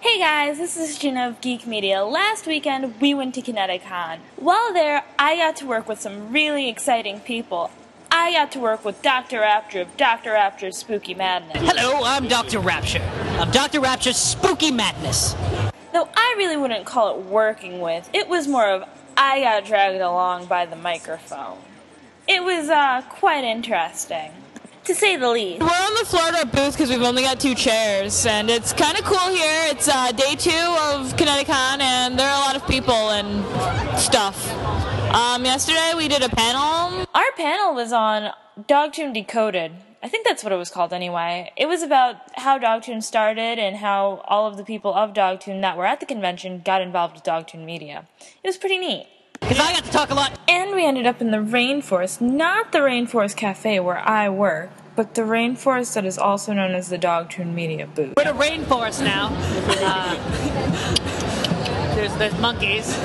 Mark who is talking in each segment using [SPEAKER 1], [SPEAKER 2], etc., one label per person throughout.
[SPEAKER 1] Hey guys, this is Gina of Geek Media. Last weekend we went to Kineticon. While there, I got to work with some really exciting people. I got to work with Dr. Rapture of Dr. Rapture's Spooky Madness.
[SPEAKER 2] Hello, I'm Dr. Rapture. I'm Dr. Rapture's spooky madness.
[SPEAKER 1] Though I really wouldn't call it working with, it was more of I got dragged along by the microphone. It was uh, quite interesting, to say the least.
[SPEAKER 3] We're on the Florida booth because we've only got two chairs, and it's kind of cool here. It's uh, day two of Kineticon, and there are a lot of people and stuff. Um, yesterday we did a panel.
[SPEAKER 1] Our panel was on Dogtune Decoded. I think that's what it was called anyway. It was about how Dogtune started and how all of the people of Dogtune that were at the convention got involved with Dogtune Media. It was pretty neat.
[SPEAKER 2] Because I got to talk a lot.
[SPEAKER 1] And we ended up in the rainforest, not the Rainforest Cafe where I work, but the rainforest that is also known as the Dogtune Media booth.
[SPEAKER 2] We're in a rainforest now. Uh, there's, there's monkeys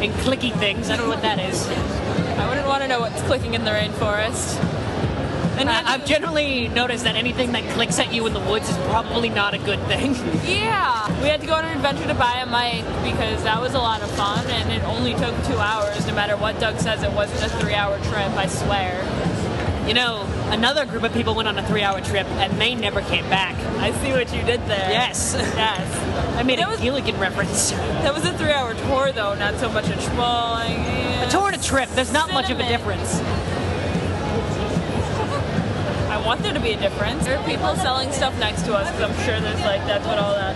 [SPEAKER 2] and clicky things. I don't know what that is.
[SPEAKER 3] I wouldn't want to know what's clicking in the rainforest. And
[SPEAKER 2] I, I've generally noticed that anything that clicks at you in the woods is probably not a good thing.
[SPEAKER 3] yeah, we had to go on an adventure to buy a mic because that was a lot of fun, and it only took two hours. No matter what Doug says, it wasn't a three-hour trip. I swear.
[SPEAKER 2] You know, another group of people went on a three hour trip and they never came back.
[SPEAKER 3] I see what you did there.
[SPEAKER 2] Yes.
[SPEAKER 3] Yes.
[SPEAKER 2] I made
[SPEAKER 3] That
[SPEAKER 2] a
[SPEAKER 3] was-
[SPEAKER 2] Gilligan reference.
[SPEAKER 3] That was a three-hour tour, though, not so much a twirling.
[SPEAKER 2] A tour and a trip, there's not much of a
[SPEAKER 3] Cinnamon.
[SPEAKER 2] difference.
[SPEAKER 3] I want there to be a difference. There are people selling stuff next to us because I'm sure there's like that's what all that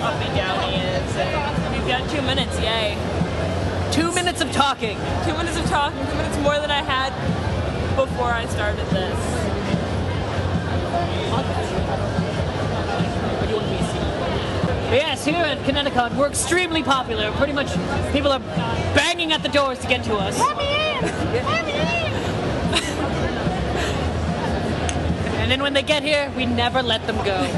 [SPEAKER 3] up and downy is. And we've got two minutes, yay!
[SPEAKER 2] Two minutes of talking.
[SPEAKER 3] Two minutes of talking, two minutes more than I had before I started this.
[SPEAKER 2] But yes, here at Connecticut, we're extremely popular. Pretty much people are banging at the doors to get to us. Let me in! Let me in! and then when they get here, we never let them go.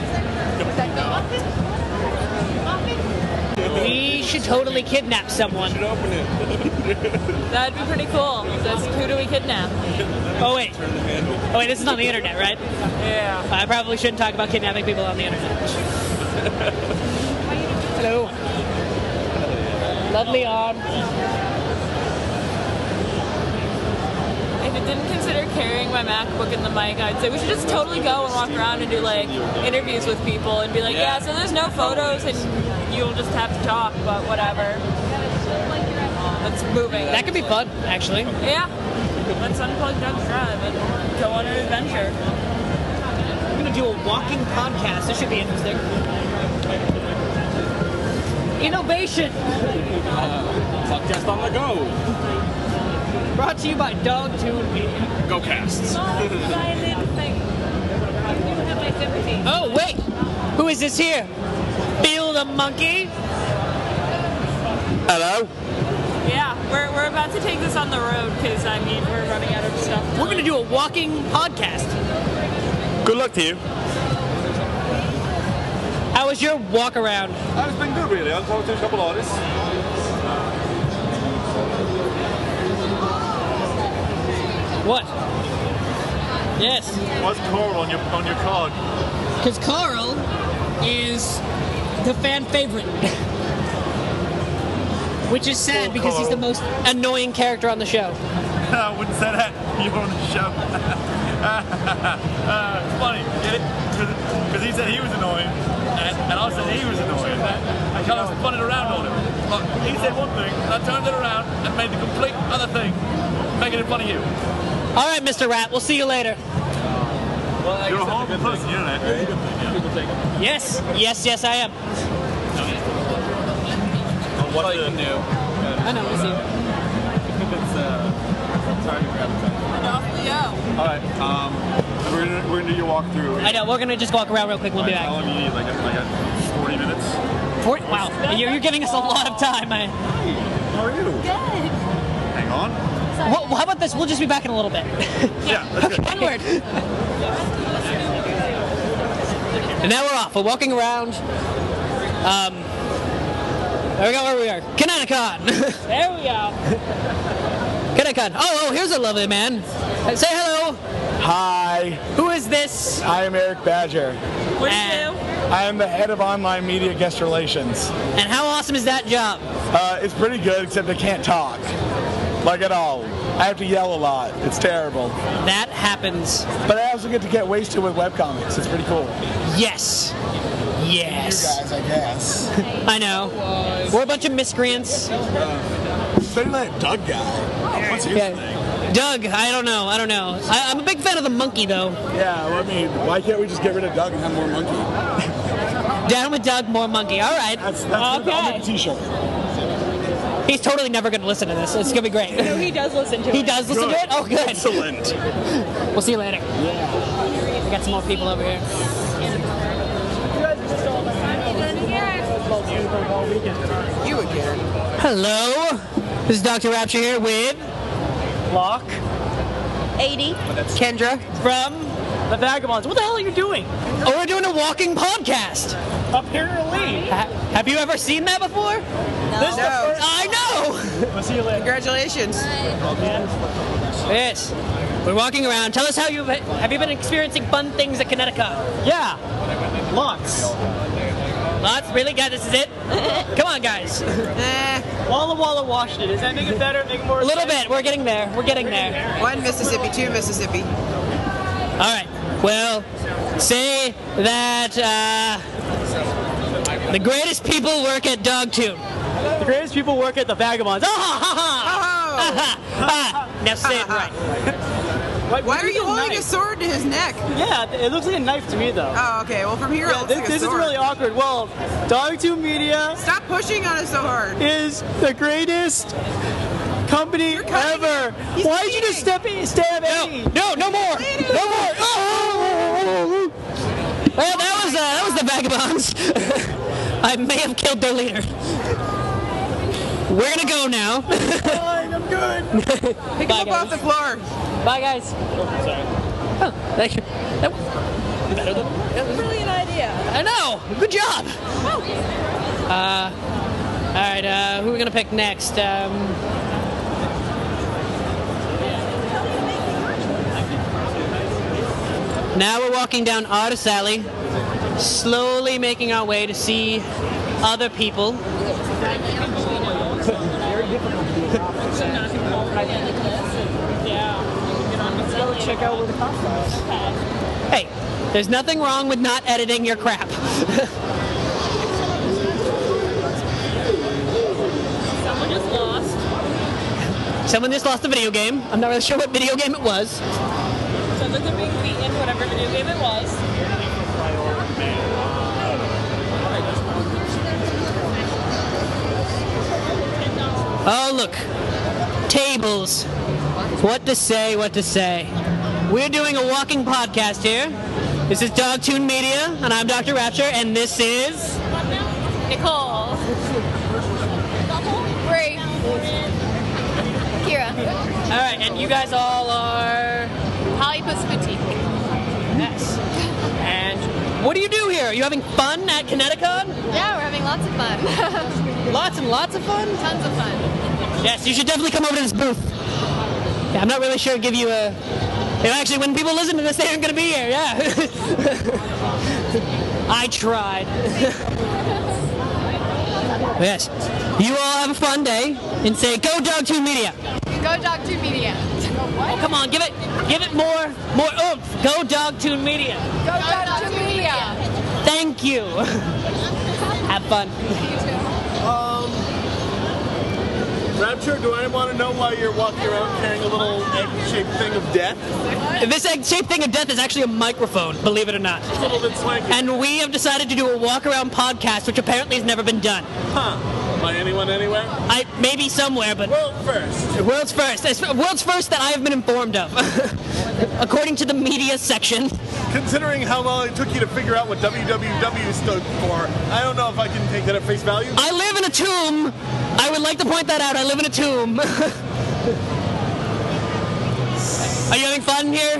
[SPEAKER 2] We should totally kidnap someone.
[SPEAKER 3] That'd be pretty cool. That's who do we kidnap?
[SPEAKER 2] Oh wait. Oh wait, this is on the internet, right?
[SPEAKER 3] Yeah.
[SPEAKER 2] I probably shouldn't talk about kidnapping people on the internet. Hello. Lovely arm.
[SPEAKER 3] If it didn't consider carrying my MacBook and the mic, I'd say we should just totally go and walk around and do like interviews with people and be like, yeah, so there's no photos and you'll just have to talk, but whatever. That's moving.
[SPEAKER 2] That could be fun, actually.
[SPEAKER 3] Yeah. Let's unplug Doug's drive and go on an adventure.
[SPEAKER 2] We're gonna do a walking podcast. This should be interesting. Innovation
[SPEAKER 4] Podcast on the go.
[SPEAKER 2] brought to you by Dog Tune Media.
[SPEAKER 4] Go casts.
[SPEAKER 2] Oh wait, who is this here? Bill the monkey.
[SPEAKER 4] Hello.
[SPEAKER 3] Yeah, we're, we're about to take this on the road because I mean we're running out of stuff.
[SPEAKER 2] We're gonna do a walking podcast.
[SPEAKER 4] Good luck to you.
[SPEAKER 2] How was your walk around?
[SPEAKER 4] Oh, it's been good, really. I've talked to a couple artists.
[SPEAKER 2] What? Yes.
[SPEAKER 4] What's Coral on your on your card?
[SPEAKER 2] Because Carl is the fan favorite. Which is sad
[SPEAKER 4] Poor
[SPEAKER 2] because he's the
[SPEAKER 4] Carl.
[SPEAKER 2] most annoying character on the show.
[SPEAKER 4] I wouldn't say that. You're on the show. uh, it's funny, get it? Because he said he was annoying, and, and I said he was annoying. That, I kind of spun it around on him. Like, he said one thing, and I turned it around and made the complete other thing, making it fun of you.
[SPEAKER 2] All right, Mr. Rat, we'll see you later.
[SPEAKER 4] You're a horrible person, you know that.
[SPEAKER 2] Yes, yes, yes, I am.
[SPEAKER 4] What you can do.
[SPEAKER 2] I know, we'll see.
[SPEAKER 4] It's, uh, sorry to grab the
[SPEAKER 3] Yeah.
[SPEAKER 4] All right. Um, we're gonna we're gonna do your walkthrough.
[SPEAKER 2] I know, we're gonna just walk around real quick, we'll be
[SPEAKER 4] Like, how
[SPEAKER 2] back.
[SPEAKER 4] long you need? Like, like uh, 40 minutes.
[SPEAKER 2] Fort- wow, you're, you're giving us a lot of time. I,
[SPEAKER 4] How are you? Good. Hang on.
[SPEAKER 2] Wha- how about this? We'll just be back in a little bit.
[SPEAKER 4] Yeah, that's good.
[SPEAKER 2] Onward. and now we're off. We're walking around. Um, there we go. Where we are. Connecticut.
[SPEAKER 3] There we go.
[SPEAKER 2] Connecticut. Oh, oh, here's a lovely man. Uh, Say hello.
[SPEAKER 5] Hi,
[SPEAKER 2] Who is this?
[SPEAKER 5] I am Eric Badger.
[SPEAKER 3] What do
[SPEAKER 2] And-
[SPEAKER 3] you
[SPEAKER 5] I am the head of online media guest relations.
[SPEAKER 2] And how awesome is that job?
[SPEAKER 5] Uh, it's pretty good, except I can't talk. Like at all. I have to yell a lot. It's terrible.
[SPEAKER 2] That happens.
[SPEAKER 5] But I also get to get wasted with webcomics. It's pretty cool.
[SPEAKER 2] Yes. Yes.
[SPEAKER 5] I guess.
[SPEAKER 2] I know. We're a bunch of miscreants.
[SPEAKER 5] Especially that Doug guy. What's his thing?
[SPEAKER 2] Doug, I don't know. I don't know. I, I'm a big fan of the monkey, though.
[SPEAKER 5] Yeah, well, I mean, why can't we just get rid of Doug and have more monkey?
[SPEAKER 2] Down with Doug, more monkey. All right.
[SPEAKER 5] That's, that's I'll make a t-shirt.
[SPEAKER 2] He's totally never going to listen to this. It's going to be great.
[SPEAKER 3] No, he does listen to
[SPEAKER 2] He
[SPEAKER 3] it.
[SPEAKER 2] does listen to it? Oh, good.
[SPEAKER 5] Excellent.
[SPEAKER 2] We'll see you later. Yeah. We got some more people over here.
[SPEAKER 6] You again.
[SPEAKER 2] Hello. This is Dr. Rapture here with
[SPEAKER 7] Locke
[SPEAKER 8] 80.
[SPEAKER 6] Kendra.
[SPEAKER 2] from.
[SPEAKER 7] the Vagabonds. What the hell are you doing?
[SPEAKER 2] Oh, we're doing a walking podcast.
[SPEAKER 7] Apparently.
[SPEAKER 2] Ha- have you ever seen that before?
[SPEAKER 7] This
[SPEAKER 6] No.
[SPEAKER 2] I know.
[SPEAKER 7] We'll see you later.
[SPEAKER 6] Congratulations.
[SPEAKER 2] Yes. We're walking around. Tell us how you have you been experiencing fun things at Connecticut?
[SPEAKER 7] Yeah. Locks.
[SPEAKER 2] Lots. Really, guys. This is it. Come on, guys. A
[SPEAKER 6] Eh,
[SPEAKER 7] Walla Walla, Washington. Does that make it better? Make it more.
[SPEAKER 2] little bit. We're getting there. We're getting there.
[SPEAKER 6] one Mississippi, two Mississippi.
[SPEAKER 2] All right. Well, say that uh, the greatest people work at Dogtube.
[SPEAKER 7] The greatest people work at the Vagabonds. Oh,
[SPEAKER 2] Ah,
[SPEAKER 6] Oh.
[SPEAKER 2] ha, ha, ha. Ah, Now say it right.
[SPEAKER 6] Why are you holding a
[SPEAKER 7] knife?
[SPEAKER 6] sword to his neck?
[SPEAKER 7] Yeah, it looks like a knife to me though.
[SPEAKER 6] Oh, okay. Well, from here on, it's
[SPEAKER 7] This,
[SPEAKER 6] like a
[SPEAKER 7] this is
[SPEAKER 6] sword.
[SPEAKER 7] really awkward. Well, Dog2 Media
[SPEAKER 6] Stop pushing on us so hard.
[SPEAKER 7] is the greatest company
[SPEAKER 6] cutting
[SPEAKER 7] ever.
[SPEAKER 6] him. He's
[SPEAKER 7] Why did you just
[SPEAKER 6] bleeding.
[SPEAKER 7] step in, stab
[SPEAKER 2] No,
[SPEAKER 7] me?
[SPEAKER 2] no, no more. No more. Oh. Well, that was uh, that was the vagabonds. I may have killed their leader. We're gonna go now.
[SPEAKER 6] Pick
[SPEAKER 2] Bye,
[SPEAKER 6] him up off the
[SPEAKER 2] guys.
[SPEAKER 6] floor.
[SPEAKER 2] Bye, guys. Oh, thank you. That was better than
[SPEAKER 3] Brilliant idea. Oh.
[SPEAKER 2] I know. Good job. Uh, all right. Uh, who are we gonna pick next? Um, now we're walking down Artist Alley, slowly making our way to see other people.
[SPEAKER 7] Check out where the cops
[SPEAKER 2] Hey, there's nothing wrong with not editing your crap.
[SPEAKER 3] Someone just lost.
[SPEAKER 2] Someone just lost a video game. I'm not really sure what video game it was.
[SPEAKER 3] So they're being beaten, whatever video game it was.
[SPEAKER 2] Oh, look. Tables. What to say, what to say. We're doing a walking podcast here. This is Dogtune Media, and I'm Dr. Rapture, and this is.
[SPEAKER 3] Nicole.
[SPEAKER 8] Bree. Kira.
[SPEAKER 2] Alright, and you guys all are.
[SPEAKER 8] Holly puts boutique.
[SPEAKER 2] Yes. And what do you do here? Are you having fun at Connecticut?
[SPEAKER 8] Yeah, we're having lots of fun.
[SPEAKER 2] Lots and lots of fun?
[SPEAKER 8] Tons of fun.
[SPEAKER 2] Yes, you should definitely come over to this booth. Yeah, I'm not really sure give you a. You know, actually, when people listen to this, they aren't going to be here. Yeah. I tried. yes. You all have a fun day and say, "Go Dog Two Media."
[SPEAKER 8] Go Dog 2 Media. What?
[SPEAKER 2] Come on, give it, give it more, more oomph. Go Dog Two Media.
[SPEAKER 8] Go Dog 2 Media.
[SPEAKER 2] Thank you. have fun.
[SPEAKER 4] Rapture, do I want to know why you're walking around carrying a little egg-shaped thing of death?
[SPEAKER 2] This egg-shaped thing of death is actually a microphone, believe it or not.
[SPEAKER 4] It's a little bit swanky.
[SPEAKER 2] And we have decided to do a walk-around podcast, which apparently has never been done.
[SPEAKER 4] huh. By anyone anywhere?
[SPEAKER 2] I maybe somewhere, but
[SPEAKER 4] Well, first.
[SPEAKER 2] world's first. It's world's first that I have been informed of, according to the media section.
[SPEAKER 4] Considering how long it took you to figure out what WWW stood for, I don't know if I can take that at face value.
[SPEAKER 2] I live in a tomb. I would like to point that out. I live in a tomb. Are you having fun here?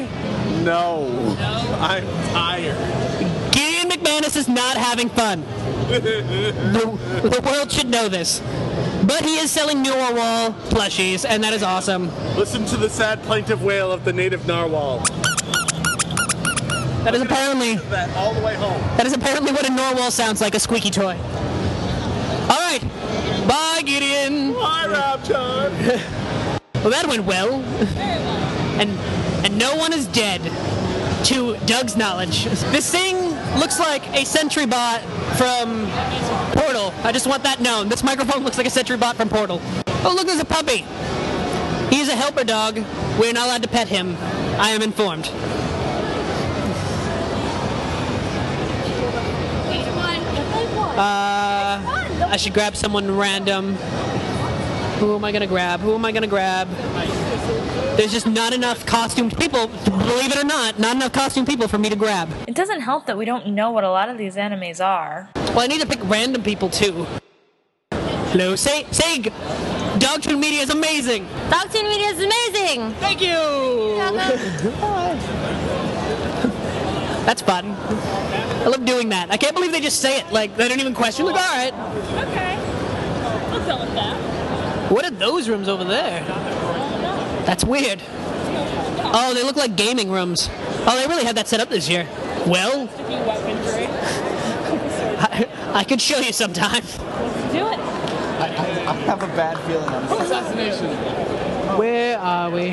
[SPEAKER 4] No. I'm tired.
[SPEAKER 2] Gideon McManus is not having fun. the, the world should know this. But he is selling Mural Wall plushies, and that is awesome.
[SPEAKER 4] Listen to the sad plaintive wail of the native narwhal.
[SPEAKER 2] That is apparently
[SPEAKER 5] That all the way home.
[SPEAKER 2] that is apparently what a narwhal sounds like—a squeaky toy. All right, bye, Gideon.
[SPEAKER 5] Hi, Raptor.
[SPEAKER 2] Well, that went well, and and no one is dead, to Doug's knowledge. This thing looks like a sentry bot from Portal. I just want that known. This microphone looks like a sentry bot from Portal. Oh, look, there's a puppy. He's a helper dog. We're not allowed to pet him. I am informed. Uh, I should grab someone random. Who am I gonna grab? Who am I gonna grab? There's just not enough costumed people, believe it or not, not enough costumed people for me to grab.
[SPEAKER 1] It doesn't help that we don't know what a lot of these animes are.
[SPEAKER 2] Well, I need to pick random people too. Hello, say, say, Dogtune Media is amazing.
[SPEAKER 9] Dogtoon Media is amazing.
[SPEAKER 2] Thank you. That's fun. I love doing that. I can't believe they just say it like they don't even question. Like, all right,
[SPEAKER 3] Okay. I'll tell him that.
[SPEAKER 2] what are those rooms over there? That's weird. Oh, they look like gaming rooms. Oh, they really had that set up this year. Well,
[SPEAKER 3] Sticky weaponry.
[SPEAKER 2] I, I could show you sometime.
[SPEAKER 3] Do it.
[SPEAKER 10] I, I, I have a bad feeling on this.
[SPEAKER 2] Where are we?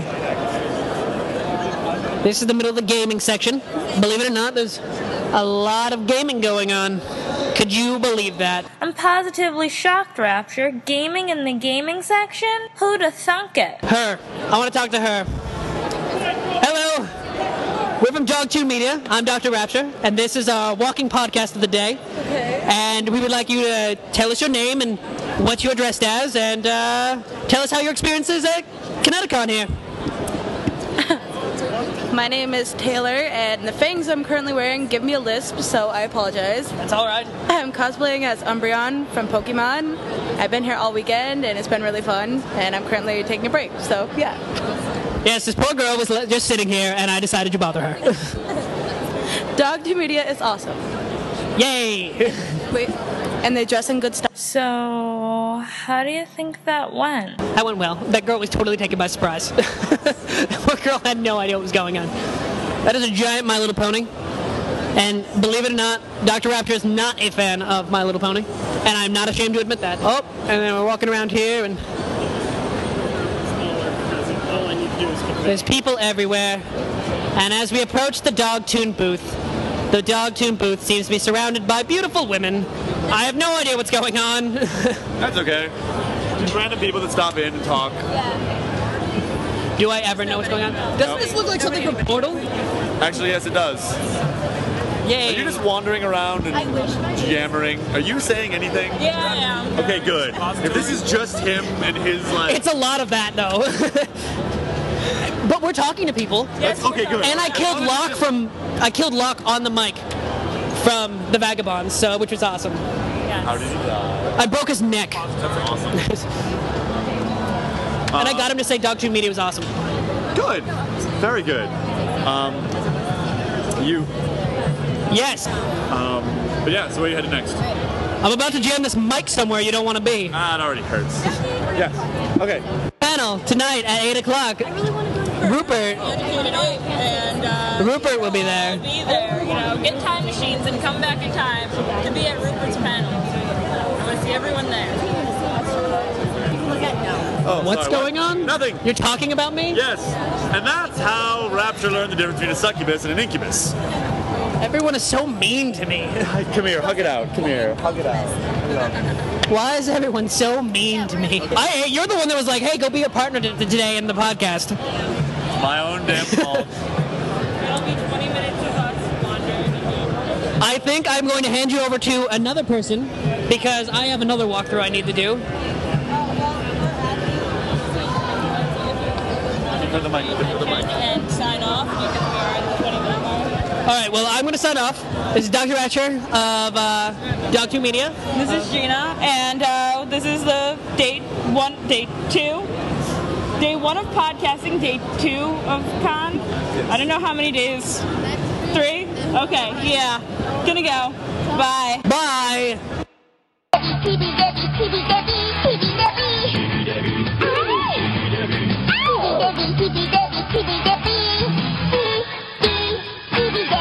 [SPEAKER 2] This is the middle of the gaming section. Believe it or not, there's a lot of gaming going on. Could you believe that?
[SPEAKER 1] I'm positively shocked, Rapture. Gaming in the gaming section? Who'da thunk it?
[SPEAKER 2] Her. I want to talk to her. Hello. We're from Dog2 Media. I'm Dr. Rapture, and this is our walking podcast of the day. Okay. And we would like you to tell us your name and what you're dressed as, and uh, tell us how your experience is at Kineticon here.
[SPEAKER 11] My name is Taylor, and the fangs I'm currently wearing give me a lisp, so I apologize.
[SPEAKER 2] That's all right.
[SPEAKER 11] I'm cosplaying as Umbreon from Pokemon. I've been here all weekend, and it's been really fun, and I'm currently taking a break, so yeah.
[SPEAKER 2] Yes, this poor girl was le- just sitting here, and I decided to bother her.
[SPEAKER 11] Dog to media is awesome.
[SPEAKER 2] Yay!
[SPEAKER 11] Wait, and they dress in good stuff.
[SPEAKER 1] So, how do you think that went?
[SPEAKER 2] That went well. That girl was totally taken by surprise. that poor girl had no idea what was going on. That is a giant My Little Pony. And believe it or not, Dr. Rapture is not a fan of My Little Pony. And I'm not ashamed to admit that. Oh, and then we're walking around here, and
[SPEAKER 4] All I need to do is
[SPEAKER 2] There's people everywhere. And as we approach the Dog Tune booth, the Dog Tune booth seems to be surrounded by beautiful women. I have no idea what's going on.
[SPEAKER 4] That's okay. Just random people that stop in and talk.
[SPEAKER 2] Do I ever know what's going on? Doesn't this look like something from Portal?
[SPEAKER 4] Actually, yes, it does. Are you
[SPEAKER 2] Yay.
[SPEAKER 4] just wandering around and yammering? Are you saying anything?
[SPEAKER 3] Yeah, I am.
[SPEAKER 4] Okay, good. If this is just him and his like,
[SPEAKER 2] It's a lot of that, though. but we're talking to people.
[SPEAKER 4] that's, okay, good.
[SPEAKER 2] And I killed Locke from I killed Locke on the mic from the Vagabonds, so which was awesome.
[SPEAKER 4] How did he die?
[SPEAKER 2] I broke his neck,
[SPEAKER 4] That's awesome.
[SPEAKER 2] and
[SPEAKER 4] Uh.
[SPEAKER 2] I got him to say Dog Tune Media was awesome.
[SPEAKER 4] Good. Very good. Um, you.
[SPEAKER 2] Yes,
[SPEAKER 4] But yeah, so where are you headed next?
[SPEAKER 2] I'm about to jam this mic somewhere you don't want to be.
[SPEAKER 4] Ah, it already hurts. yes. Okay.
[SPEAKER 2] Panel tonight at eight o'clock. Rupert,
[SPEAKER 3] Tonight, and uh,
[SPEAKER 2] Rupert will be there.
[SPEAKER 3] I'll be there. You know, get time machines and come back in time to be at Rupert's panel. I want to see everyone there.
[SPEAKER 4] Oh,
[SPEAKER 2] What's
[SPEAKER 4] sorry, what?
[SPEAKER 2] going on?
[SPEAKER 4] Nothing.
[SPEAKER 2] You're talking about me?
[SPEAKER 4] Yes. And that's how Rapture learned the difference between a succubus and an incubus.
[SPEAKER 2] Everyone is so mean to me.
[SPEAKER 4] Hi, Come here, hug it out. Come here.
[SPEAKER 10] Hug it out.
[SPEAKER 2] Why is everyone so mean to me? I, you're the one that was like, "Hey, go be a partner t- today in the podcast."
[SPEAKER 4] My own damn fault.
[SPEAKER 3] It'll be 20 minutes of us wandering.
[SPEAKER 2] I think I'm going to hand you over to another person because I have another walkthrough I need to do.
[SPEAKER 4] Turn the mic. Turn the mic.
[SPEAKER 3] And sign off. You can be our 20 minute mark.
[SPEAKER 2] All right, well, I'm going to sign off. This is Dr. Ratcher of uh, Dog 2 Media.
[SPEAKER 3] This is Gina, and uh, this is the date one, date two, day one of podcasting, day two of con. I don't know how many days. Three? Okay, yeah. Gonna go. Bye.
[SPEAKER 2] Bye.
[SPEAKER 8] Scooby-Doo, Scooby-Doo, Scooby-Doo.